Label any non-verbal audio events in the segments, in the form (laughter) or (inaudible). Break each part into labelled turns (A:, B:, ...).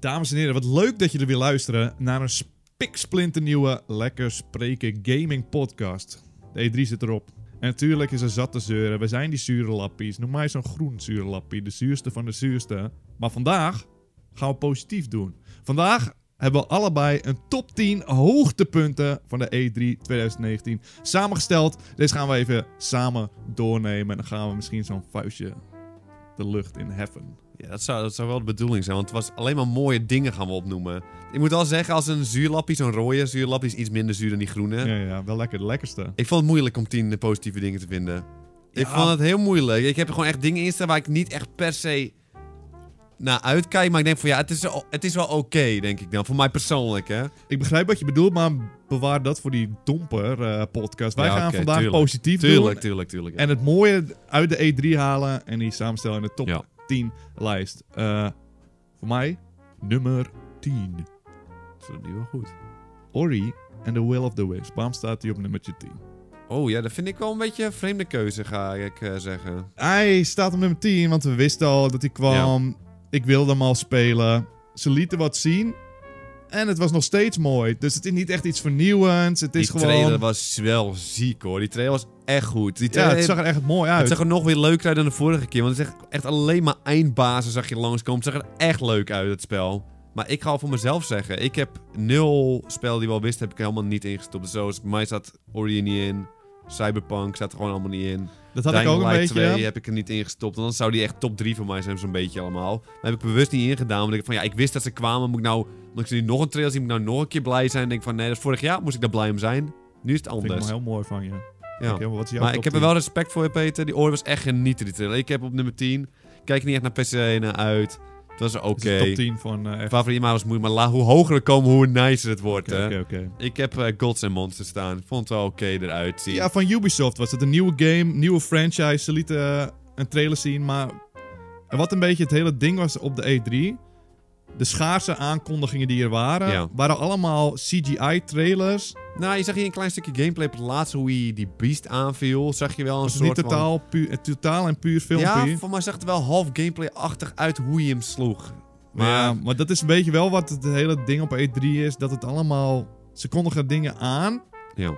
A: Dames en heren, wat leuk dat je er weer luisteren naar een spiksplinternieuwe Lekker Spreken Gaming Podcast. De E3 zit erop. En natuurlijk is er zat te zeuren. We zijn die zure lappies. Noem mij zo'n groen zure lappie. De zuurste van de zuurste. Maar vandaag gaan we positief doen. Vandaag hebben we allebei een top 10 hoogtepunten van de E E3 2019 samengesteld. Deze gaan we even samen doornemen. En dan gaan we misschien zo'n vuistje de lucht in heffen.
B: Ja, dat zou, dat zou wel de bedoeling zijn, want het was alleen maar mooie dingen gaan we opnoemen. Ik moet wel zeggen, als een zuurlappie, zo'n rode zuurlappie, is iets minder zuur dan die groene.
A: Ja, ja, wel lekker de lekkerste.
B: Ik vond het moeilijk om tien positieve dingen te vinden. Ik
A: Ja.
B: vond het heel moeilijk. Ik heb er gewoon echt dingen in staan waar ik niet echt per se naar uitkijk. Maar ik denk van ja, het is, wel- het is wel oké, denk ik dan. Voor mij persoonlijk, hè.
A: Ik begrijp wat je bedoelt, maar bewaar dat voor die domper eh, podcast. Wij
B: Ja,
A: gaan
B: oké,
A: vandaag
B: tuurlijk.
A: positief
B: Tuurlijk,
A: doen.
B: tuurlijk, tuurlijk. ja.
A: En het mooie uit de E3 halen en die samenstellen in de top
B: Ja.
A: 10 lijst. Eh, voor mij, nummer 10.
B: Zo, die wel goed.
A: Ori and the Will of the Wisp. Waarom staat die op nummertje 10?
B: Oh ja, dat vind ik wel een beetje een vreemde keuze, ga ik eh, zeggen.
A: Hij staat op nummer 10, want we wisten al dat hij kwam. Ik wilde hem al spelen. Ze lieten wat zien. En het was nog steeds mooi. Dus het is niet echt iets vernieuwends. Het is
B: die
A: gewoon...
B: trailer was wel ziek, hoor. Die trailer was echt goed. Die
A: Ja,
B: trailer,
A: het zag er echt mooi uit.
B: Het zag er nog weer leuker uit dan de vorige keer. Want het is echt, echt alleen maar eindbazen zag je langskomen. Het zag er echt leuk uit, het spel. Maar ik ga al voor mezelf zeggen. Ik heb nul spel die we al wisten, heb ik er helemaal niet ingestopt. Zoals bij mij zat Ori er niet in. Cyberpunk zat er gewoon allemaal niet in.
A: Dat had ik
B: Dying
A: ook een
B: Light
A: beetje.
B: 2 heb ik er niet in gestopt. Want dan zou die echt top 3 van mij zijn, zo'n beetje allemaal. Maar heb ik bewust niet ingedaan. Want ik dacht van, ja, ik wist dat ze kwamen. Moet ik nou, omdat ik ze nu nog een trailer zie, moet ik nou nog een keer blij zijn? En denk ik van, nee, dat is vorig jaar moest ik daar blij om zijn. Nu is het
A: Vind ik
B: anders.
A: wel heel mooi van je.
B: Ja.
A: Oké, Oh. maar wat is jouw
B: Maar
A: top
B: ik heb er
A: 10?
B: wel respect voor, Peter. Die oor was echt genieten, die trailer. Ik heb op nummer 10. Kijk niet echt naar PC naar uit. Het was oké.
A: Dit is de top 10 van... eh, echt-
B: Favoriet maar was moeilijk. Maar la, hoe hoger we komen, hoe nicer het wordt.
A: Oké,
B: hè.
A: oké, oké.
B: Ik heb eh, Gods and Monsters staan. Ik Vond het wel oké eruit zien.
A: Ja, van Ubisoft was het. Een nieuwe game, nieuwe franchise. Ze lieten eh, een trailer zien, maar... En wat een beetje het hele ding was op de E3... De schaarse aankondigingen die er waren...
B: Ja.
A: waren allemaal CGI-trailers.
B: Nou, je zag hier een klein stukje gameplay op het laatste hoe hij die beast aanviel. Zag je wel een
A: Het is
B: soort
A: Dus niet totaal, puur, eh, totaal en puur
B: van...
A: filmpje.
B: Ja, voor mij zag het er wel half gameplay-achtig uit hoe je hem sloeg.
A: maar...
B: Maar
A: Ja, maar dat is een beetje wel wat het hele ding op E3 is. Dat het allemaal... Ze kondigen dingen aan...
B: Ja.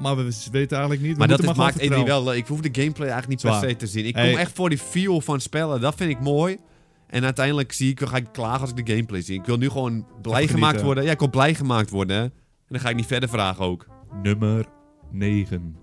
A: Maar we weten eigenlijk niet. We
B: Maar dat
A: moeten
B: is,
A: maar
B: maakt
A: gewoon
B: Eddie
A: vertrouwen.
B: wel leuk. Ik hoef de gameplay eigenlijk niet
A: Zwaar.
B: per se te zien. Ik
A: Hey.
B: kom echt voor die feel van spellen. Dat vind ik mooi. En uiteindelijk zie ik, ga ik klagen als ik de gameplay zie. Ik wil nu gewoon blij
A: Even
B: gemaakt
A: genieten.
B: worden. Ja, ik wil blij gemaakt worden. En dan ga ik niet verder vragen ook.
A: Nummer 9.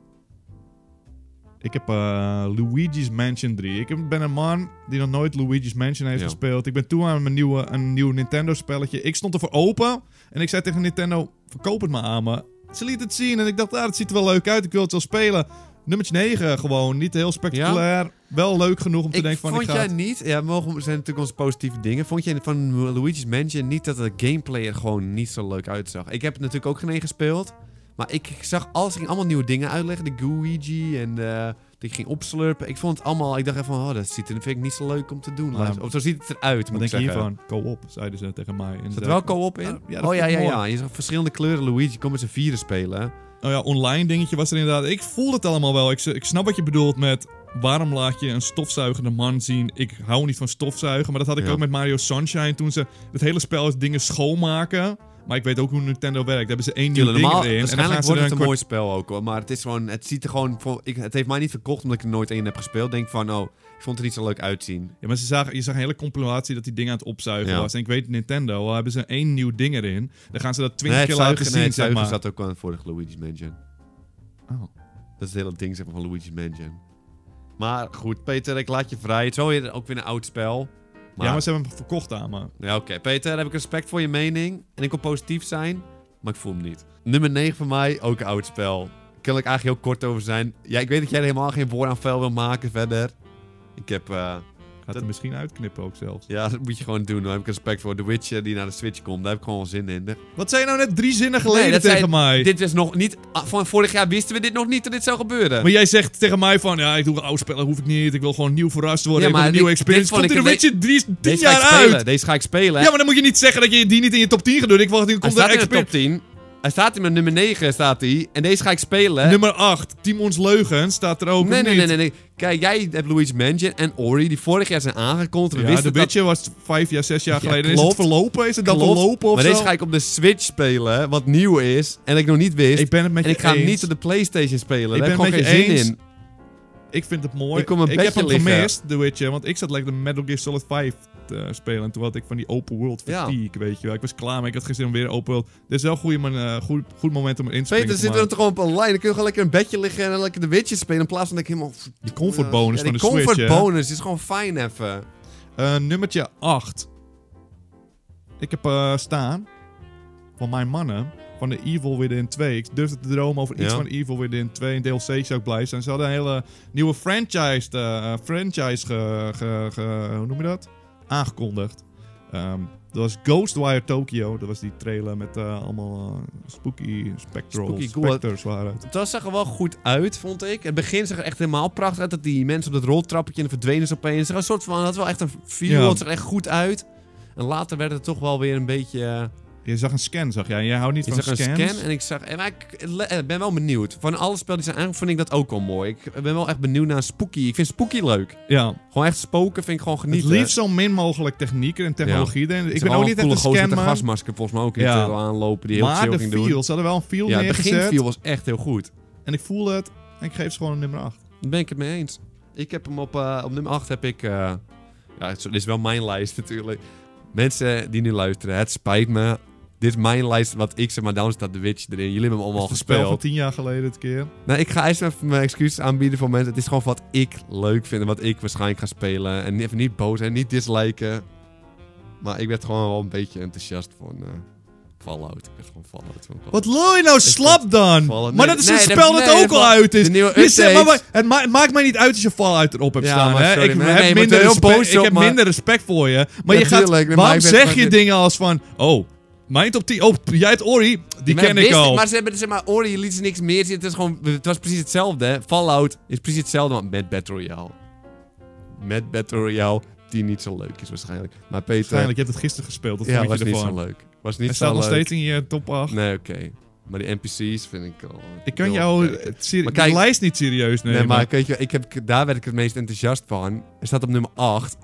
A: Ik heb eh, Luigi's Mansion 3. Ik heb- ben een man die nog nooit Luigi's Mansion heeft
B: Ja.
A: gespeeld. Ik ben toe aan mijn nieuwe, een nieuw Nintendo spelletje. Ik stond ervoor open en ik zei tegen Nintendo, verkoop het maar aan me. Ze liet het zien en ik dacht, ah, het ziet er wel leuk uit. Ik wil het wel spelen. Nummertje 9 gewoon. Niet heel spectaculair. Wel leuk genoeg om te
B: Ik
A: denken van,
B: vond
A: ik ga
B: jij
A: het-
B: niet, ja, mogen, zijn natuurlijk onze positieve dingen. Vond jij van Luigi's Mansion niet dat de gameplay er gewoon niet zo leuk uitzag? Ik heb het natuurlijk ook geen één gespeeld. Maar ik zag alles, ging allemaal nieuwe dingen uitleggen. De Guigi en eh dat ik ging opslurpen. Ik vond het allemaal, ik dacht even van, oh, dat ziet er, vind ik niet zo leuk om te doen.
A: Nou,
B: of zo ziet het eruit,
A: Wat
B: moet
A: denk
B: ik
A: je
B: zeggen.
A: hiervan? Co-op, zeiden ze tegen mij. En
B: Is dat
A: zei
B: wel
A: ik van,
B: co-op in?
A: Ja, ja, dat
B: oh ja,
A: vind ik
B: ja,
A: mooi.
B: ja. Je zag verschillende kleuren Luigi. Kom met z'n vieren spelen.
A: Oh ja, online dingetje was er inderdaad. Ik voel het allemaal wel. Ik, s- ik snap wat je bedoelt met... Waarom laat je een stofzuigende man zien? Ik hou niet van stofzuigen. Maar dat had ik
B: Ja.
A: ook met Mario Sunshine. Toen ze het hele spel is dingen schoonmaken. Maar ik weet ook hoe Nintendo werkt. Daar hebben ze één nieuw
B: Tuurlijk,
A: ding
B: normaal,
A: erin. En dan
B: waarschijnlijk
A: gaan ze
B: wordt
A: er
B: het
A: een
B: een
A: kwart-
B: mooi spel ook hoor. Maar het is gewoon, het ziet er gewoon... voor- Ik, het heeft mij niet verkocht omdat ik er nooit één heb gespeeld. Denk van, oh, ik vond het er niet zo leuk uitzien.
A: Ja, maar ze zagen, je zag een hele compilatie dat die ding aan het opzuigen
B: Ja.
A: was. En ik weet, Nintendo, al hebben ze één nieuw ding erin. Dan gaan ze dat twintig
B: het
A: keer
B: zuigen-
A: laten zien,
B: nee, het
A: zeg
B: zuigen
A: maar.
B: zat ook aan het vorige Luigi's Mansion.
A: Oh.
B: Dat is het hele ding zeg maar, van Luigi's Mansion. Maar goed, Peter, ik laat je vrij. Het is wel weer, ook weer een oud spel. Maar,
A: Ja, maar ze hebben hem verkocht aan me.
B: Ja, oké. Peter, daar heb ik respect voor je mening. En ik wil positief zijn, maar ik voel hem niet. Nummer 9 voor mij, ook een oud spel. Kan ik eigenlijk heel kort over zijn. Ja, ik weet dat jij er helemaal geen woord aan vuil wil maken verder. Ik heb... eh,
A: Gaat er
B: Dat-
A: misschien uitknippen ook zelfs.
B: ja, dat moet je gewoon doen. Daar heb ik respect voor. The Witcher die naar de Switch komt, daar heb ik gewoon zin in.
A: Wat zei je nou net drie zinnen geleden
B: dat
A: tegen
B: zei-
A: mij?
B: Dit is nog niet... ah, Van vorig jaar wisten we dit nog niet dat dit zou gebeuren.
A: Maar jij zegt tegen mij van, ja, ik doe oude spellen, hoef ik niet. Ik wil gewoon nieuw verrast worden.
B: Ja,
A: ik wil
B: maar
A: een nieuwe
B: dit- dit
A: experience.
B: vond
A: Komt in
B: ik
A: de
B: een
A: Witcher 3 10
B: Deze ga ik
A: jaar
B: spelen.
A: uit.
B: Deze ga ik spelen.
A: Ja, maar dan moet je niet zeggen dat je die niet in je top 10 gaat doen. Ik wacht, er
B: Hij
A: komt een
B: staat in de top
A: experience.
B: 10. Hij staat in mijn nummer 9, staat hij. En deze ga ik spelen.
A: Nummer 8, Timons Leugen, staat er ook
B: nee,
A: of
B: nee, nee,
A: niet?
B: nee, nee. Kijk, jij hebt Luigi's Mansion en Ori, die vorig jaar zijn aangekondigd. We
A: Ja,
B: wisten
A: de
B: dat...
A: Witcher was vijf jaar, zes jaar
B: Ja,
A: geleden. Is
B: klopt.
A: het verlopen? Is het dat
B: Klopt.
A: verlopen of
B: Maar
A: zo?
B: deze ga ik op de Switch spelen, wat nieuw is. En ik nog niet wist.
A: Ik ben het met
B: en
A: je
B: ik ga hem
A: eens.
B: niet op de Playstation spelen.
A: Ik
B: Daar heb
A: ben
B: ik gewoon
A: met
B: geen
A: je eens.
B: zin in.
A: Ik vind het mooi.
B: Ik kom een
A: heb
B: bedje
A: hem
B: liggen.
A: gemist, The Witcher. Want ik zat lekker de Metal Gear Solid 5 te spelen. En toen had ik van die open world
B: Ja.
A: fatigue, weet je wel. Ik was klaar, maar ik had geen zin om weer open world. Dit is wel een goede man- eh, goed, goed moment om in te
B: Peter,
A: springen.
B: zitten we dan toch gewoon op een lijn? Dan kun je gewoon lekker in bed liggen en dan lekker de Witcher spelen. In plaats van dat ik helemaal...
A: De comfort bonus
B: Ja,
A: van de
B: die comfort
A: Switch, hè?
B: bonus is gewoon fijn even.
A: Eh, nummertje 8. Ik heb eh, staan van mijn mannen van de Evil Within 2. Ik durfde te dromen over iets
B: Ja.
A: van Evil Within 2. Een DLC zou ik blij zijn. Ze hadden een hele nieuwe franchise, eh, franchise ge, ge- ge- hoe noem je dat? aangekondigd. Ehm, dat was Ghostwire Tokyo. Dat was die trailer met eh, allemaal eh, spooky spectral
B: Spooky ghoul.
A: specters waren het.
B: Dat zag er wel goed uit, vond ik. Het begin zag er echt helemaal prachtig uit. Dat die mensen op dat roltrappetje en verdwenen ze opeens. Er was een soort van, dat wel echt een view.
A: Ja.
B: Het zag er echt goed uit. En later werd het toch wel weer een beetje... eh,
A: Je zag een scan, zag jij? Jij houdt niet
B: Ik
A: van
B: zag een
A: scans.
B: scan en ik zag... en Maar ik le- eh, ben wel benieuwd. Van alle spellen die zijn aangekomen vind ik dat ook wel mooi. Ik ben wel echt benieuwd naar Spooky. Ik vind Spooky leuk.
A: Ja,
B: Gewoon echt spoken vind ik gewoon
A: het
B: genieten.
A: liefst zo min mogelijk technieken en technologie. erin. Ik ben ook niet echt een
B: gozer met een
A: scanman.
B: gasmasker volgens mij ook die
A: Ja.
B: ja. aanlopen die heel
A: maar
B: chill
A: de
B: ging doen.
A: feel, ze hadden wel een feel
B: Ja, het
A: neergezet.
B: beginfeel was echt heel goed.
A: En ik voel het. En ik geef ze gewoon een nummer 8.
B: Daar ben ik het mee eens. Ik heb hem op, eh, op nummer 8 heb ik... eh, ja, het is- dit is wel mijn lijst natuurlijk. Mensen die nu luisteren, het spijt me. Dit is mijn lijst wat ik zeg, maar daarom staat The Witch erin. Jullie hebben hem allemaal
A: Het is een spel van
B: gespeeld.
A: 10 jaar geleden het keer.
B: Nou, ik ga eerst even mijn excuses aanbieden voor mensen. Het is gewoon wat ik leuk vind en wat ik waarschijnlijk ga spelen. En even niet boos en niet disliken. Maar ik werd gewoon wel een beetje enthousiast van eh, Fallout. Ik werd gewoon Fallout. Van
A: Wat lul je nou slap dan?
B: Fallout.
A: Maar
B: Nee,
A: dat is
B: nee,
A: een
B: dat-
A: spel dat
B: nee,
A: ook al
B: maar-
A: uit is.
B: de nieuwe
A: Je zegt, maar,
B: updates.
A: maar- het, ma- het maakt mij niet uit als je Fallout erop hebt
B: Ja,
A: staan.
B: maar
A: hè?
B: sorry,
A: ik
B: maar-
A: heb,
B: nee, maar
A: minder,
B: daar ben je
A: respe-
B: boos
A: ik
B: op,
A: heb
B: maar-
A: minder respect voor je. Maar je gaat,
B: Natuurlijk, nee, maar
A: waarom
B: ik ben-
A: zeg
B: maar
A: je
B: ik-
A: dingen als van... Oh, mijn top 10. Oh, jij het Ori? Die
B: Maar
A: ken
B: dat
A: ik
B: wist
A: al.
B: Maar ze hebben zeg maar, Ori liet ze niks meer zien. Het, is gewoon, het was precies hetzelfde. Hè? Fallout is precies hetzelfde, maar met Battle Royale. Met Battle Royale, die niet zo leuk is waarschijnlijk. Maar Peter,
A: Waarschijnlijk, je hebt het gisteren gespeeld. Dat
B: ja,
A: vond
B: was
A: je
B: niet zo
A: ervan.
B: leuk. Was
A: Hij
B: niet zo
A: staat
B: leuk.
A: nog steeds in je top 8.
B: Nee, oké. Maar die NPC's vind ik al...
A: Ik kan
B: heel
A: jou
B: beperkt.
A: het seri-
B: Maar kijk-
A: de lijst niet serieus
B: Nee,
A: nemen.
B: maar weet je, ik heb, daar werd ik het meest enthousiast van. Er staat op nummer 8.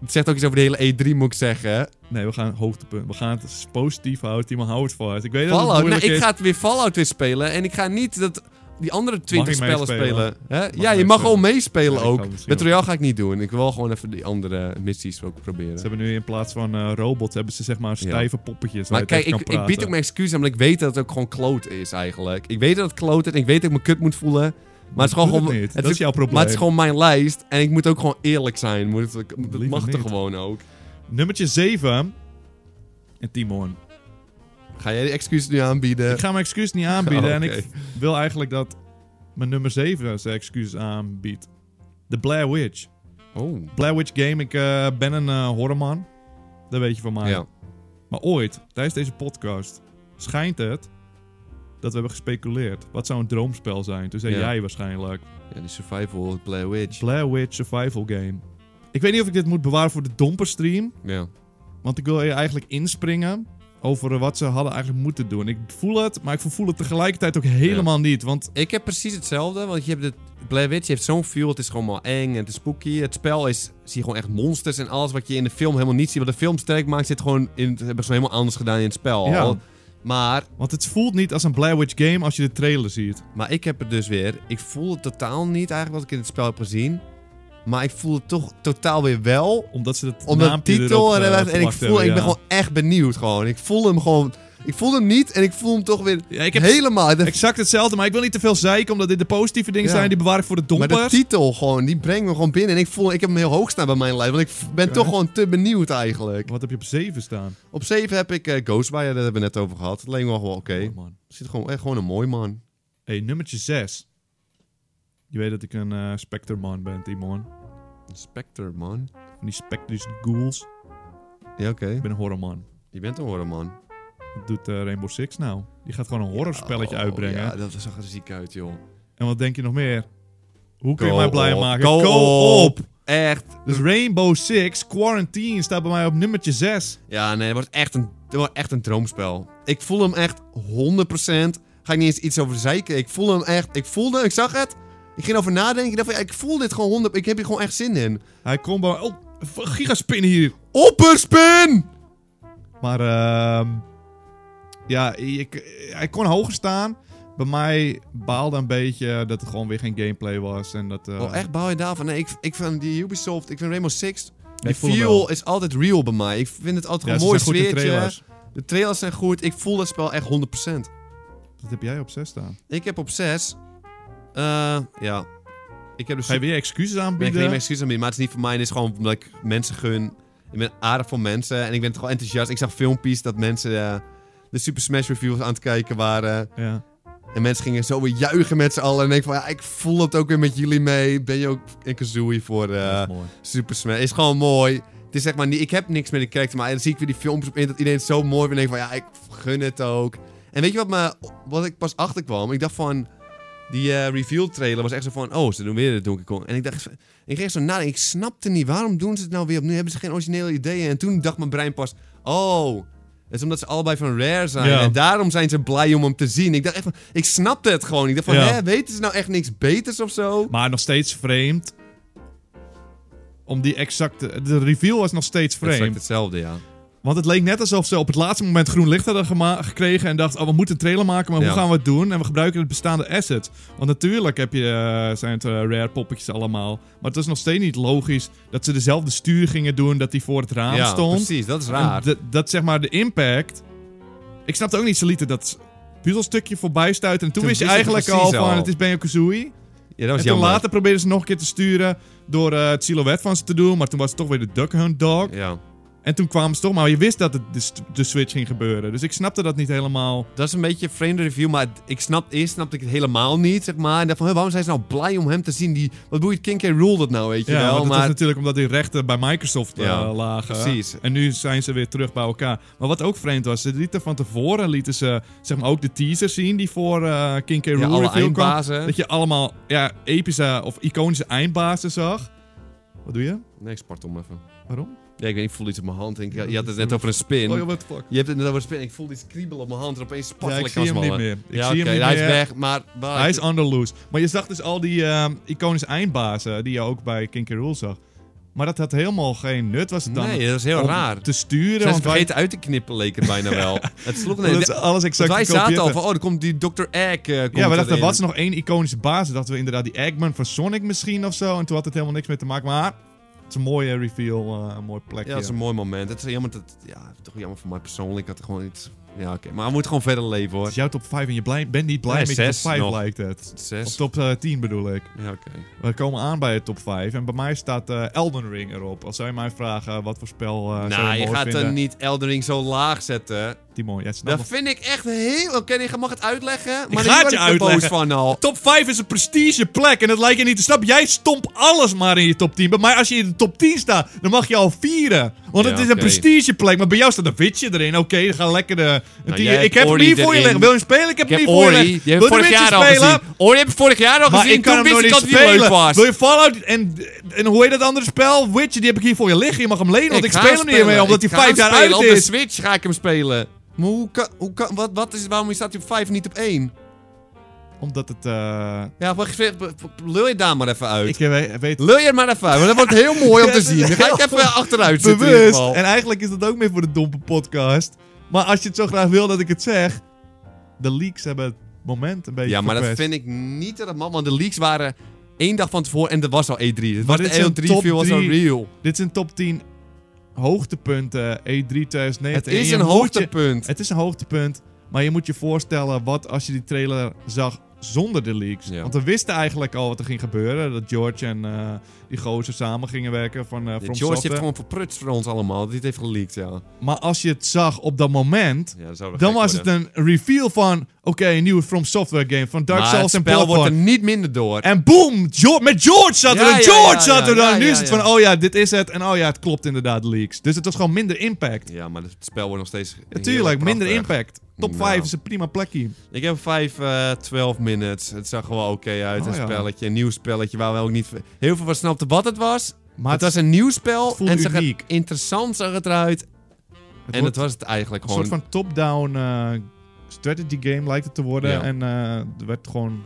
B: Het zegt ook iets over de hele E3, moet ik zeggen.
A: Nee, we gaan hoogtepunt. We gaan het positief houden. Timo, hou het vast. Ik weet dat het
B: Fallout. Nou,
A: moeilijk
B: ik
A: is.
B: ga het weer Fallout weer spelen. En ik ga niet dat die andere 20
A: ik
B: spellen
A: meespelen?
B: spelen. Hè? Ja, je
A: meespelen?
B: mag gewoon meespelen
A: Ja, ik ga
B: ook.
A: het misschien
B: Met Royale ga ik niet doen. Ik wil gewoon even die andere missies ook proberen.
A: Ze hebben nu in plaats van eh, robots, hebben ze zeg maar stijve poppetjes. waar
B: maar
A: je
B: kijk,
A: tegen
B: ik,
A: kan
B: ik bied ook
A: praten.
B: mijn excuses aan, want ik weet dat het ook gewoon kloot is eigenlijk. Ik weet dat het kloot is en ik weet dat ik me kut moet voelen. Maar het is
A: Doe
B: gewoon... gewoon-
A: niet.
B: het
A: dat
B: is
A: is jouw probleem.
B: Maar het is gewoon mijn lijst en ik moet ook gewoon eerlijk zijn. Moet het, dat
A: Liever
B: mag er
A: niet.
B: gewoon ook.
A: Nummertje 7. En Timon.
B: Ga jij die excuses nu aanbieden?
A: Ik ga mijn excuus niet aanbieden.
B: (laughs) Oh,
A: En
B: Eh. oké.
A: ik wil eigenlijk dat mijn nummer 7 zijn excuus aanbiedt. De Blair Witch.
B: Oh.
A: Blair Witch Game. Ik eh, ben een eh, horrorman. Dat weet je van mij.
B: Ja.
A: Maar ooit, tijdens deze podcast, schijnt het dat we hebben gespeculeerd. Wat zou een droomspel zijn? Toen zei
B: Ja.
A: jij waarschijnlijk
B: ja, die survival, Blair Witch.
A: Blair Witch Survival Game. Ik weet niet of ik dit moet bewaren voor de domperstream.
B: Ja.
A: Want ik wil hier eigenlijk inspringen over wat ze hadden eigenlijk moeten doen. Ik voel het, maar ik voel het tegelijkertijd ook helemaal niet. Want
B: Ik heb precies hetzelfde, want je hebt de Blair Witch je heeft zo'n feel. Het is gewoon maar eng en het is spooky. Het spel is, zie je gewoon echt monsters en alles wat je in de film helemaal niet ziet. Wat de film sterk maakt, zit gewoon in, het hebben ze helemaal anders gedaan in het spel.
A: Ja.
B: al. Maar,
A: want het voelt niet als een Blair Witch game als je de trailer ziet.
B: maar ik heb het dus weer, ik voel het totaal niet eigenlijk wat ik in het spel heb gezien. Maar ik voel het toch totaal weer wel.
A: Omdat ze het
B: Omdat de
A: naampje
B: titel
A: erop,
B: en,
A: eh,
B: en ik
A: geplakt
B: voel,
A: hebben,
B: ik ben
A: ja.
B: gewoon echt benieuwd gewoon. Ik voel hem gewoon, ik voel hem niet en ik voel hem toch weer
A: Ja, ik heb
B: helemaal. De-
A: exact hetzelfde, maar ik wil niet te veel zeiken... omdat dit de positieve dingen
B: Ja.
A: zijn, die bewaar ik voor de
B: Maar
A: dompers.
B: de titel gewoon, die brengt me gewoon binnen. En ik voel, ik heb hem heel hoog staan bij mijn lijst. Want ik f- ben
A: Oké.
B: toch gewoon te benieuwd eigenlijk.
A: Wat heb je op 7 staan?
B: Op 7 heb ik eh, Ghostwire, daar hebben we net over gehad. Dat leek me wel gewoon oké.
A: Mooi, Oh, man.
B: Zit gewoon echt gewoon een mooi man.
A: hey, nummertje 6. Je weet dat ik een eh Specterman ben, Timon.
B: Een Spectre, man.
A: Van die Spectres Ghouls.
B: Ja, oké.
A: Ik ben een horrorman.
B: Je bent een horror man.
A: Wat doet eh, Rainbow Six nou? Die gaat gewoon een horrorspelletje
B: Oh,
A: uitbrengen.
B: Ja, dat zag er ziek uit, joh.
A: En wat denk je nog meer? Hoe kun je
B: Go
A: mij blij
B: op,
A: maken?
B: go
A: op!
B: Echt.
A: Dus Rainbow Six Quarantine staat bij mij op nummertje 6.
B: Ja, nee, dat wordt echt een Het wordt echt een droomspel. Ik voel hem echt 100%. Ga ik niet eens iets over zeiken. Ik voel hem echt. Ik voelde, ik zag het. Ik ging over nadenken. Ik dacht van, ja, ik voel dit gewoon 100. Ik heb hier gewoon echt zin in.
A: Hij combo... Oh, gigaspin hier.
B: Opperspin!
A: Maar ehm ja, je- hij kon hoger staan. Bij mij baalde een beetje dat er gewoon weer geen gameplay was. En dat, eh,
B: Oh, echt bouw je daarvan? Nee, ik, ik vind die Ubisoft, ik vind Rainbow Six. Die
A: ik voel hem
B: feel
A: wel.
B: is altijd real bij mij. Ik vind het altijd
A: Ja, ze
B: een mooi
A: zijn goed in
B: sfeertje.
A: trailers.
B: De trailers zijn goed. Ik voel dat spel echt 100%.
A: Dat heb jij op 6 staan.
B: Ik heb op 6. ja. Ik heb dus.
A: Ga je weer excuses
B: Nee, ik
A: aanbieden?
B: neem mijn excuses aan bieden, maar het is niet voor mij. Het is gewoon omdat ik mensen gun. Ik ben aardig voor mensen en ik ben gewoon enthousiast. Ik zag filmpjes dat mensen eh, de Super Smash reviews aan het kijken waren.
A: Ja.
B: En mensen gingen zo weer juichen met z'n allen. En ik van, ja, ik voel het ook weer met jullie mee. Ben je ook in Kazooie voor eh,
A: dat is mooi.
B: Super Smash? Is gewoon mooi. Het is zeg maar niet, ik heb niks met de character, maar dan zie ik weer die filmpjes op internet. dat Iedereen het zo mooi vindt. En ik denk van, ja, ik gun het ook. En weet je wat, me, wat ik pas achterkwam? Ik dacht van, die eh, reveal trailer was echt zo van, oh, ze doen weer de Donkey Kong. En ik dacht, ik ging zo nadenken. Ik snapte niet, waarom doen ze het nou weer opnieuw? Hebben ze geen originele ideeën? En toen dacht mijn brein pas, oh, dat is omdat ze allebei van Rare zijn.
A: Ja.
B: En daarom zijn ze blij om hem te zien. Ik dacht echt van, ik snapte het gewoon. Ik dacht van,
A: Ja.
B: hè, weten ze nou echt niks beters of zo?
A: Maar nog steeds vreemd. Om die exacte... De reveal was nog steeds
B: Het is
A: vreemd.
B: hetzelfde, ja.
A: Want het leek net alsof ze op het laatste moment groen licht hadden gema- gekregen en dachten, oh, we moeten een trailer maken, maar
B: Ja.
A: hoe gaan we het doen? En we gebruiken het bestaande asset. Want natuurlijk heb je, eh, zijn het eh, rare poppetjes allemaal. Maar het is nog steeds niet logisch dat ze dezelfde stuur gingen doen dat die voor het raam
B: ja,
A: stond.
B: precies. Dat is
A: En
B: raar.
A: d- dat zeg maar de impact. Ik snapte ook niet, ze lieten dat puzzelstukje voorbij stuiten. En toen,
B: Toen
A: wist je
B: wist ik
A: eigenlijk
B: precies
A: al van,
B: al.
A: het is Banjo Kazooie.
B: Ja,
A: En
B: dat was
A: toen
B: jammer.
A: later probeerden ze nog een keer te sturen door eh, het silhouet van ze te doen. Maar toen was het toch weer de Duck Hunt Dog.
B: Ja.
A: En toen kwamen ze toch, maar je wist dat het de, st- de switch ging gebeuren. Dus ik snapte dat niet helemaal.
B: Dat is een beetje een vreemde review, maar het- ik snap, eerst snapte ik het helemaal niet, zeg maar. En dacht van, hé, waarom zijn ze nou blij om hem te zien? Die, wat boeit King K. Rule dat nou, weet je
A: Ja,
B: wel?
A: want het
B: maar
A: is natuurlijk omdat die rechten bij Microsoft eh,
B: Ja,
A: lagen.
B: precies.
A: En nu zijn ze weer terug bij elkaar. Maar wat ook vreemd was, ze lieten van tevoren lieten ze, zeg maar, ook de teaser zien die voor eh King K.
B: ja,
A: Rool
B: alle
A: reveal kwam.
B: eindbazen.
A: Dat je allemaal ja, epische of iconische eindbazen zag. Wat doe je?
B: Nee, ik spart om even.
A: Waarom?
B: Ja, ik weet niet, ik voel iets op mijn hand. Ik, je had het net over een spin.
A: Oh, what the fuck?
B: Je hebt het net over een spin. Ik voel iets kriebelen op mijn hand en opeens
A: Ja, ik
B: spartelijk
A: zie hem niet meer. Ik
B: ja,
A: zie
B: oké,
A: hem niet
B: hij
A: meer.
B: is weg, maar... maar-
A: Hij is under loose. Maar je zag dus al die ehm, iconische eindbazen die je ook bij King K. Rool zag. Maar dat had helemaal geen nut, was het dan?
B: Nee, dat is heel
A: om
B: raar.
A: te sturen.
B: Ze
A: Want wij,
B: vergeten uit te knippen, leek het bijna
A: (laughs)
B: wel. Het sloeg... Nee,
A: dat is alles
B: want
A: exact
B: wij
A: gekopieerd.
B: zaten al van, oh, er komt die Dr. Egg eh, komt
A: Ja, we dachten,
B: erin.
A: wat is nog één iconische baas? Dachten we inderdaad die Eggman van Sonic misschien of zo. En toen had het helemaal niks mee te maken. Maar het is een mooie reveal, eh, een mooi plekje.
B: Ja, dat is een mooi moment. Het is jammer dat... Ja, toch jammer voor mij persoonlijk. Ik had er gewoon iets... Ja, oké. Maar we moeten gewoon verder leven,
A: Het
B: hoor.
A: is jouw top 5 en je blij, bent niet blij
B: Nee,
A: met je top
B: zes
A: 5
B: nog.
A: lijkt het. Of
B: Zes.
A: top eh, 10 bedoel ik.
B: Ja, oké.
A: We komen aan bij de top 5 en bij mij staat eh, Elden Ring erop. Als zij mij vragen wat voor spel eh zou
B: nou,
A: je
B: je
A: mooi
B: gaat
A: vinden.
B: dan niet Eldering zo laag zetten.
A: Timon, jij snapt
B: Dat vind ik echt heel... Oké, je mag het uitleggen. Maar
A: ga
B: daar
A: het je
B: word ik er boos
A: uitleggen.
B: van al.
A: Top 5 is een prestige plek en dat lijkt je niet te snappen. Jij stomp alles maar in je top 10. Maar als je in de top 10 staat, dan mag je al vieren. Want
B: Ja,
A: het is een
B: oké.
A: prestige plek. Maar bij jou staat een witje erin. Oké, dan ga lekker de... een tier-
B: jij hebt
A: ik heb hem
B: Ori
A: hier voor je
B: erin.
A: liggen. Wil je hem spelen? Ik heb
B: Ik
A: hem
B: heb
A: hier voor je
B: Ori.
A: liggen.
B: Die heb
A: Wil je
B: ik vorig
A: een
B: jaar
A: witje
B: al
A: spelen?
B: gezien. Ori heb ik vorig jaar al
A: Maar
B: gezien.
A: ik kan
B: Toen
A: hem nog
B: wist ik
A: niet
B: dat het niet leuk
A: spelen.
B: was.
A: Wil je Fallout en, en hoe heet dat andere spel? Witcher, die heb ik hier voor je liggen. Je mag hem lenen, want ik,
B: ga
A: speel hem niet meer omdat
B: Ik
A: hij
B: ga hem
A: vijf jaar
B: spelen.
A: uit
B: Op de
A: is.
B: Switch ga ik hem spelen. Maar hoe kan... Hoe kan wat, wat is, waarom staat hij op 5 en niet op 1?
A: Omdat het... eh,
B: Ja, maar lul je daar maar even uit.
A: ik weet- weet
B: Lul je maar even uit, want dat wordt heel mooi om te zien. Dan ga ik even achteruit zitten in ieder
A: bewust.
B: geval.
A: En eigenlijk is dat ook meer voor de dompe podcast. Maar als je het zo graag wil dat ik het zeg. De leaks hebben het moment een beetje
B: Ja, maar dat
A: verpest.
B: vind ik niet dat het mag, want de leaks waren één dag van tevoren en er was al E3. Het
A: Maar
B: was
A: dit
B: de
A: is een top
B: E3 viel was al
A: drie.
B: real.
A: Dit zijn top 10 hoogtepunten E E3 2019.
B: Het
A: En
B: is
A: je
B: een
A: moet je-
B: hoogtepunt.
A: het is een hoogtepunt. Maar je moet je voorstellen wat als je die trailer zag zonder de leaks.
B: Ja.
A: Want we wisten eigenlijk al wat er ging gebeuren. Dat George en eh, die gozer samen gingen werken van eh From
B: George heeft
A: Software.
B: gewoon verprutst voor ons allemaal. Dit heeft geleakt, ja.
A: Maar als je het zag op dat moment...
B: ja dat zou wel
A: Dan
B: gek
A: was het
B: worden.
A: een reveal van, oké, een nieuwe From Software game van Dark
B: Maar
A: Souls
B: het
A: en
B: spel wordt er
A: Bloodborne.
B: niet minder door.
A: En boom, Geo- met George zat
B: Ja,
A: er, en
B: ja,
A: George
B: ja,
A: zat
B: ja,
A: er dan.
B: ja,
A: nu
B: ja,
A: is het
B: ja.
A: van, oh ja, dit is het. En oh ja, het klopt inderdaad, leaks. Dus het was gewoon minder impact.
B: Ja, maar het spel wordt nog steeds
A: Natuurlijk,
B: heel Nou,
A: minder
B: prachtig.
A: impact. Top
B: Ja.
A: 5 is een prima plekje.
B: Ik heb 5, eh 12 minutes. Het zag gewoon oké uit.
A: Oh,
B: een
A: ja.
B: spelletje, een nieuw spelletje waar we ook niet heel veel van snapten wat het was.
A: Maar
B: het
A: het-
B: was een nieuw spel.
A: het voelde
B: en zag
A: uniek.
B: het interessant zag het eruit.
A: Het
B: en
A: wordt
B: dat was het eigenlijk
A: een
B: gewoon.
A: soort van top-down eh, strategy game lijkt het te worden.
B: Ja.
A: En eh, er werd gewoon...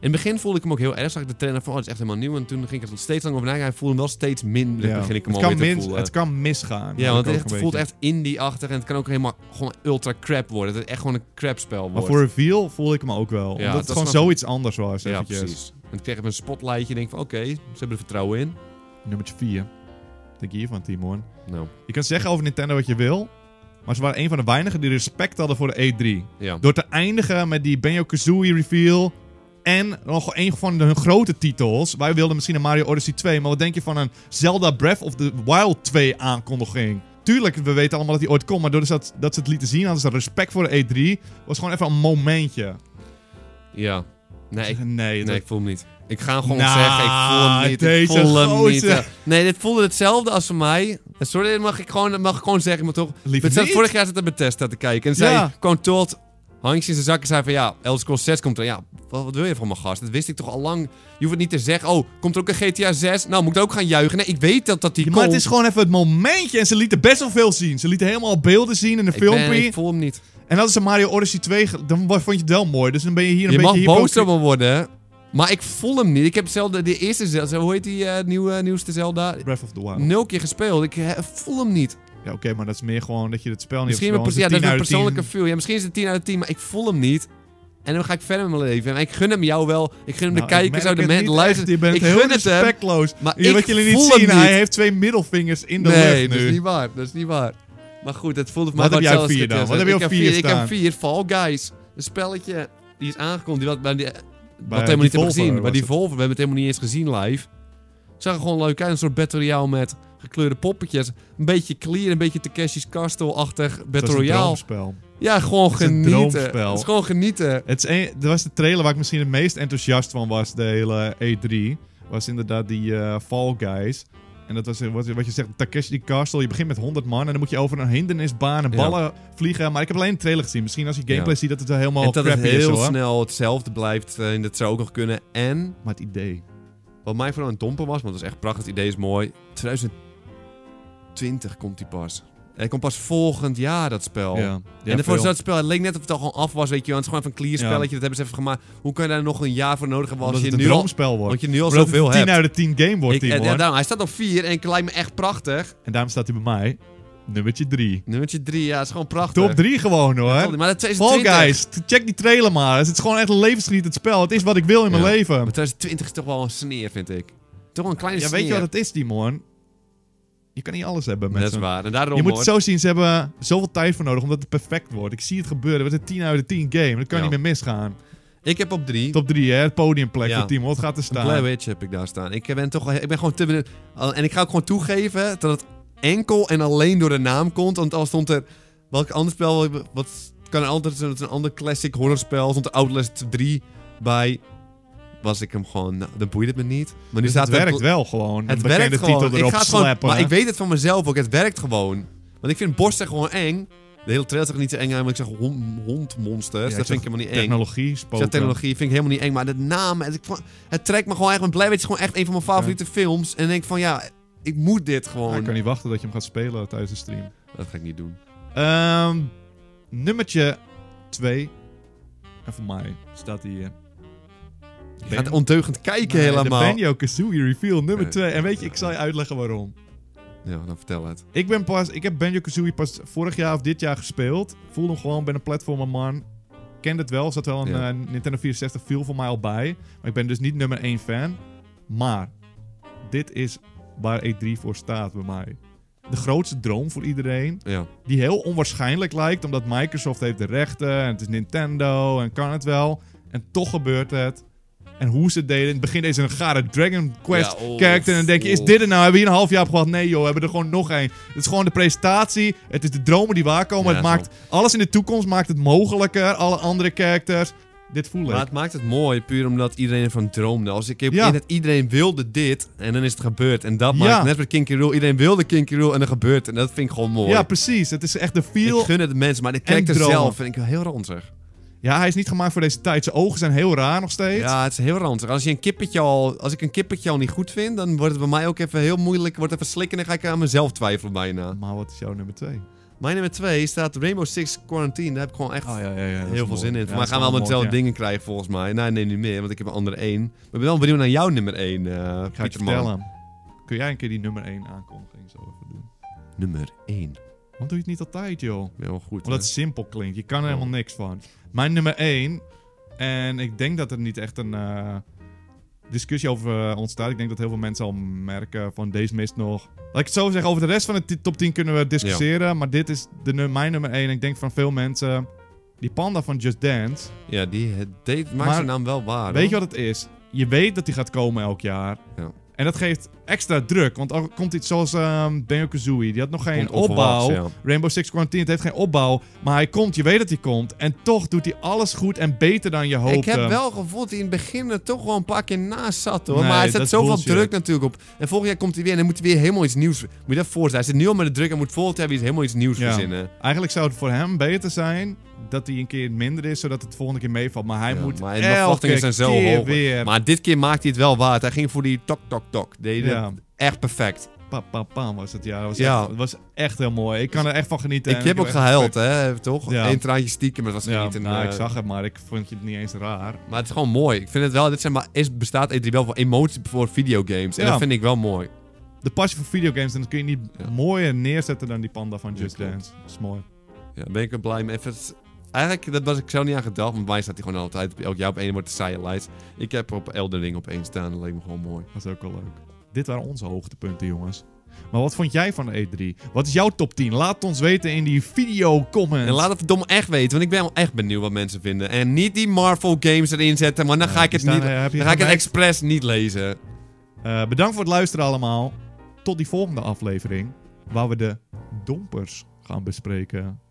B: In het begin voelde ik hem ook heel erg. Zag ik de trainer van, oh, het is echt helemaal nieuw. En toen ging ik er steeds langer over nadenken. Hij voelde hem wel steeds minder.
A: ja.
B: Dus Begin ik hem
A: het,
B: alweer
A: kan
B: te
A: min-
B: voelen.
A: het kan misgaan.
B: Ja, want
A: ook
B: het echt-
A: een
B: voelt
A: beetje.
B: echt indie-achtig. En het kan ook helemaal gewoon ultra crap worden. Dat het echt gewoon een crap spel wordt.
A: Maar voor reveal voelde ik hem ook wel.
B: Ja,
A: omdat
B: dat
A: het gewoon
B: snap ik.
A: zoiets anders was.
B: ja,
A: eventjes.
B: precies. En ik kreeg even een spotlightje. En denk van, oké, ze hebben er vertrouwen in.
A: Nummertje 4. Denk hiervan, Timon.
B: Nou,
A: Je kan zeggen over Nintendo wat je wil. Maar ze waren een van de weinigen die respect hadden voor de E E3.
B: ja.
A: Door te eindigen met die Banjo-Kazooie reveal. En nog een van hun grote titels. Wij wilden misschien een Mario Odyssey 2. Maar wat denk je van een Zelda Breath of the Wild 2 aankondiging? Tuurlijk, we weten allemaal dat die ooit komt. Maar doordat ze, dat, dat ze het lieten zien, hadden ze respect voor de E3. Was gewoon even een momentje.
B: Ja. Nee, ik,
A: nee, dat-
B: nee, ik voel hem niet. Ik ga hem gewoon
A: Nou,
B: zeggen, ik voel hem niet. ik
A: deze
B: voel hem niet.
A: gozer.
B: eh. Nee, dit voelde hetzelfde als voor mij. En Sorry, dat mag ik gewoon, dat mag ik gewoon zeggen, maar toch.
A: Liever
B: We zaten-
A: niet.
B: Vorig jaar zat er Bethesda te kijken. En zij
A: Ja.
B: kwam tot handjes in zijn zak en zei van ja, Elder Scrolls 6 komt er. Ja, wat, wat wil je van mijn gast? Dat wist ik toch al lang. Je hoeft het niet te zeggen. Oh, komt er ook een GTA 6? Nou, moet ik ook gaan juichen? Nee, ik weet dat dat die
A: Ja,
B: komt.
A: maar het is gewoon even het momentje. En ze lieten best wel veel zien. Ze lieten helemaal beelden zien in een
B: ik, ben,
A: filmpje.
B: ik voel hem niet.
A: En hadden ze Mario Odyssey 2, ge- dan wa- vond je het wel mooi. Dus dan ben je hier een
B: je mag
A: beetje...
B: boos
A: hypocriet.
B: op me worden, maar ik voel hem niet. Ik heb zelden de eerste Zelda, hoe heet die eh, nieuwe, nieuwste Zelda?
A: Breath of the Wild.
B: Nul keer gespeeld. Ik eh, voel hem niet.
A: Ja, oké, maar dat is meer gewoon dat je het spel niet
B: Misschien
A: hebt
B: mijn pers-
A: gespeeld.
B: ja, dat is mijn
A: Het is een 10 uit
B: persoonlijke
A: de 10.
B: feel. Ja, misschien is het 10 uit de 10, maar ik voel hem niet. En dan ga ik verder met mijn leven. En ik gun hem jou wel. Ik gun hem
A: Nou,
B: de kijkers,
A: merk
B: uit de
A: het
B: mensen,
A: niet
B: de luisteraars.
A: echt. Je bent
B: Ik
A: heel
B: gun het hem.
A: respectloos.
B: Maar
A: Je-
B: ik
A: wat jullie niet
B: voel hem
A: zien, hij
B: niet.
A: heeft twee middelvingers in de
B: Nee,
A: lucht
B: dat
A: nu.
B: is niet waar. Dat is niet waar. Maar goed, het voelde voor mij
A: Wat heb
B: gewoon
A: jij
B: hetzelfde
A: vier dan?
B: als
A: Wat heb
B: ik
A: je op vier
B: Ik heb
A: staan?
B: vier Fall Guys. Een spelletje. Die is aangekondigd. Die wat, maar die,
A: Bij
B: wat helemaal
A: die
B: niet hebben
A: Volvo
B: gezien.
A: was
B: Maar die
A: het.
B: Volvo, we hebben het helemaal niet eens gezien live. Zag er gewoon leuk uit. Een soort Battle Royale met gekleurde poppetjes. Een beetje clear, een beetje Takeshi's Castle-achtig
A: Het
B: Battle
A: was een
B: Royale.
A: droomspel.
B: Ja, gewoon
A: Het is een
B: genieten.
A: droomspel.
B: Het is gewoon genieten.
A: Het is een- dat was de trailer waar ik misschien het meest enthousiast van was, de hele E3. Was inderdaad die eh, Fall Guys. En dat was eh, wat, wat je zegt, Takeshi Castle. Je begint met 100 man en dan moet je over een hindernisbaan en
B: Ja.
A: ballen vliegen. Maar ik heb alleen de trailer gezien. Misschien als je gameplay
B: Ja.
A: ziet dat het wel helemaal
B: en dat het
A: crappy is
B: heel
A: hoor.
B: snel hetzelfde blijft. eh, En dat zou ook nog kunnen. En,
A: Maar het idee.
B: wat mij vooral een domper was, want dat is echt prachtig, het idee is mooi. 2020 komt die pas. Hij komt pas volgend jaar, dat spel.
A: Ja.
B: Oh. en
A: Ja,
B: daarvoor
A: veel.
B: zat het spel, het leek net of het al gewoon af was, weet je wel. Het is gewoon even een clear
A: Ja.
B: spelletje, dat hebben ze even gemaakt. Hoe kan je daar nog een jaar voor nodig hebben
A: Omdat
B: als je
A: het een
B: nu al...
A: droomspel wordt.
B: Want je nu al
A: Omdat het
B: zoveel
A: een 10
B: hebt.
A: uit de 10 game wordt,
B: Ik- eh,
A: Timon.
B: ja, daarom, hij staat op 4 en het lijkt me echt prachtig.
A: En daarom staat hij bij mij. Nummertje 3.
B: Nummertje 3, ja, is gewoon prachtig.
A: Top 3 gewoon hoor.
B: Maar dat is
A: Fall
B: 2020.
A: Guys, t- check die trailer maar. Het is gewoon echt een levensgeniet het spel. Het is wat ik wil in mijn
B: Ja.
A: leven.
B: Maar 2020 is toch wel een sneer, vind ik. Toch wel een kleine
A: Ja,
B: sneer.
A: weet je wat het is, Timon? Je kan niet alles hebben met
B: Dat is
A: zo'n-
B: waar. En daarom
A: Je moet
B: hoor.
A: het zo zien, ze hebben zoveel tijd voor nodig omdat het perfect wordt. Ik zie het gebeuren. Het is een 10 uit de 10 game. Dat kan
B: Ja.
A: niet meer misgaan.
B: Ik heb op drie.
A: Top 3, hè? Het podiumplek
B: Ja.
A: voor Timon. Wat gaat er
B: Een
A: staan? Dus
B: Blair Witch heb ik daar staan. Ik ben, toch, ik ben gewoon te benieuwd. Al- En ik ga ook gewoon toegeven dat het enkel en alleen door de naam komt. Want al stond er... Welk ander spel... Wat kan er altijd zijn? Het is een ander classic horrorspel. Stond er Outlast 3 bij... Was ik hem gewoon... Nou, dan boeit het me niet. Maar nu
A: Dus
B: staat
A: het
B: er-
A: werkt wel gewoon.
B: Het
A: Een bekende
B: werkt gewoon.
A: titel
B: ik
A: erop
B: ga het gewoon
A: slappen.
B: maar ik weet het van mezelf ook. Het werkt gewoon. Want ik vind borsten gewoon eng. De hele trailer zag er niet zo eng uit, maar ik zag hon-
A: Ja,
B: hondmonsters. dat
A: ik
B: vind ik helemaal niet eng.
A: Technologie,
B: Ik
A: spoken.
B: zeg technologie vind ik helemaal niet eng, maar de naam, het, ik vond- het trekt me gewoon echt. Want Blair Witch is gewoon echt een van mijn favoriete films. En ik denk van ja, ik moet dit
A: Ja,
B: gewoon.
A: ik kan niet wachten dat je hem gaat spelen tijdens de stream.
B: Dat ga ik niet doen.
A: Ehm, nummertje 2. En voor mij staat hij hier.
B: Je gaat ondeugend kijken
A: Nee, De
B: helemaal.
A: Banjo Kazooie reveal nummer
B: Nee.
A: 2. En weet je, ik zal je uitleggen waarom.
B: Ja, dan vertel het.
A: Ik, ben pas, ik heb Banjo Kazooie pas vorig jaar of dit jaar gespeeld. Voelde hem gewoon, ben een platformer man. Kende het wel, zat wel een
B: Ja.
A: eh, Nintendo 64 viel voor mij al bij. Maar ik ben dus niet nummer 1 fan. Maar dit is waar E3 voor staat bij mij. De grootste droom voor iedereen
B: Ja.
A: die heel onwaarschijnlijk lijkt, omdat Microsoft heeft de rechten en het is Nintendo en kan het wel. En toch gebeurt het. En hoe ze het deden. In het begin deden ze een gare Dragon Quest
B: Ja, oh,
A: character. En dan denk je, is
B: oh.
A: dit er nou? Hebben we hier een half jaar op gehad? Nee joh, we hebben er gewoon nog één. Het is gewoon de presentatie. Het is de dromen die waarkomen.
B: Ja,
A: het
B: zo.
A: maakt, alles in de toekomst maakt het mogelijker. Alle andere characters. Dit voel ik.
B: Maar het maakt het mooi, puur omdat iedereen ervan droomde. Als ik heb
A: Ja.
B: in het iedereen wilde dit, en dan is het gebeurd. En dat
A: Ja.
B: maakt net met Kinky Rule. Iedereen wilde Kinky Rule en dan gebeurt het. En dat vind ik gewoon mooi.
A: ja, precies. Het is echt de feel.
B: ik gun het de mensen, maar de
A: en
B: character
A: dromen.
B: zelf vind ik heel ranzig.
A: Ja, hij is niet gemaakt voor deze tijd. Zijn ogen zijn heel raar nog steeds.
B: Ja, het is heel ranzig. Als, je een kippetje al, als ik een kippetje al niet goed vind, dan wordt het bij mij ook even heel moeilijk. Wordt even slikken en dan ga ik aan mezelf twijfelen bijna.
A: Maar wat is jouw nummer twee?
B: Mijn nummer 2 staat Rainbow Six Quarantine. Daar heb ik gewoon echt
A: Oh, ja, ja, ja, dat is
B: heel veel
A: mooi.
B: zin in.
A: Ja,
B: Voor
A: dat
B: mij
A: is
B: gaan we
A: wel
B: allemaal
A: mooi,
B: hetzelfde dingen krijgen volgens mij. Nou, nee, niet meer, want ik heb een andere één. Maar ik ben wel benieuwd naar jouw nummer 1. Uh,
A: Ik ga het je vertellen. Kun jij een keer die nummer 1 aankondiging zo even doen?
B: Nummer 1.
A: Want doe je het niet altijd, joh?
B: Ik ben wel goed.
A: Omdat
B: hè?
A: het simpel klinkt. Je kan er
B: Oh.
A: helemaal niks van. Mijn nummer 1. En ik denk dat er niet echt een eh, discussie over eh, ontstaat. Ik denk dat heel veel mensen al merken van deze mist nog. Laat ik het zo zeggen. Over de rest van de ti- top 10 kunnen we discussiëren. Maar dit is de, nu- mijn nummer 1. Ik denk van veel mensen. Die panda van Just Dance.
B: Ja, die het deed, maakt
A: Maar-
B: zijn naam wel waar.
A: Weet
B: hoor.
A: je wat het is? Je weet dat die gaat komen elk jaar.
B: Ja.
A: En dat geeft extra druk. Want al komt iets zoals ehm Banjo Kazooie. Die had nog geen
B: Komt onverwachts,
A: opbouw.
B: ja.
A: Rainbow Six Quarantine het heeft geen opbouw. Maar hij komt, je weet dat hij komt. En toch doet hij alles goed en beter dan je hoopte.
B: Ik heb wel gevoeld dat hij in het begin er toch wel een paar keer naast zat hoor.
A: ehm, Nee,
B: maar hij
A: dat
B: zet
A: is
B: zoveel
A: bullshit.
B: druk natuurlijk op. En volgend jaar komt hij weer en dan moet hij weer helemaal iets nieuws. Moet je dat voorstellen. Hij zit nu al met de druk en moet volgend jaar weer helemaal iets nieuws
A: Ja.
B: verzinnen.
A: Eigenlijk zou het voor hem beter zijn dat hij een keer minder is, zodat het volgende keer meevalt. Maar hij
B: Ja,
A: moet
B: maar de
A: elke
B: verwachtingen zijn zo
A: keer
B: hoog.
A: weer...
B: Maar dit keer maakt hij het wel waard. Hij ging voor die tok tok tok. Deed
A: Ja.
B: het echt perfect.
A: Pam, pam, pam was het, ja. Dat was,
B: Ja.
A: Echt, dat was echt heel mooi. Ik kan er echt van genieten. en
B: ik heb ook
A: echt-
B: gehuild hè, toch?
A: Ja.
B: Eén traantje stiekem, maar het was
A: Ja,
B: niet. een,
A: nou,
B: eh,
A: ik zag het, maar ik vond het niet eens raar.
B: Maar het is gewoon mooi. Ik vind het wel, dit zeg maar, is, bestaat E3 wel voor emotie voor videogames. En
A: Ja.
B: dat vind ik wel mooi.
A: De passie voor videogames, en dat kun je niet
B: Ja.
A: mooier neerzetten dan die panda van
B: Ja,
A: Just
B: klopt.
A: Dance. Dat is mooi.
B: Ja, ben ik wel blij mee. Even, het- eigenlijk, dat was ik zo niet aan gedacht. Maar bij mij staat hij gewoon altijd op elk jaar op één wordt de saaie lijst. Ik heb op Elden Ring op één staan. Dat leek me gewoon mooi.
A: Dat is ook wel leuk. Dit waren onze hoogtepunten, jongens. Maar wat vond jij van de E3? Wat is jouw top 10? Laat het ons weten in die videocomments.
B: En laat het verdomme echt weten, want ik ben wel echt benieuwd wat mensen vinden. En niet die Marvel games erin zetten, want dan
A: Ja,
B: ga ik
A: die
B: het
A: staan,
B: niet...
A: eh, heb je
B: Dan ga ik het
A: gemerkt?
B: expres niet lezen.
A: Eh, bedankt voor het luisteren allemaal. Tot die volgende aflevering, waar we de dompers gaan bespreken.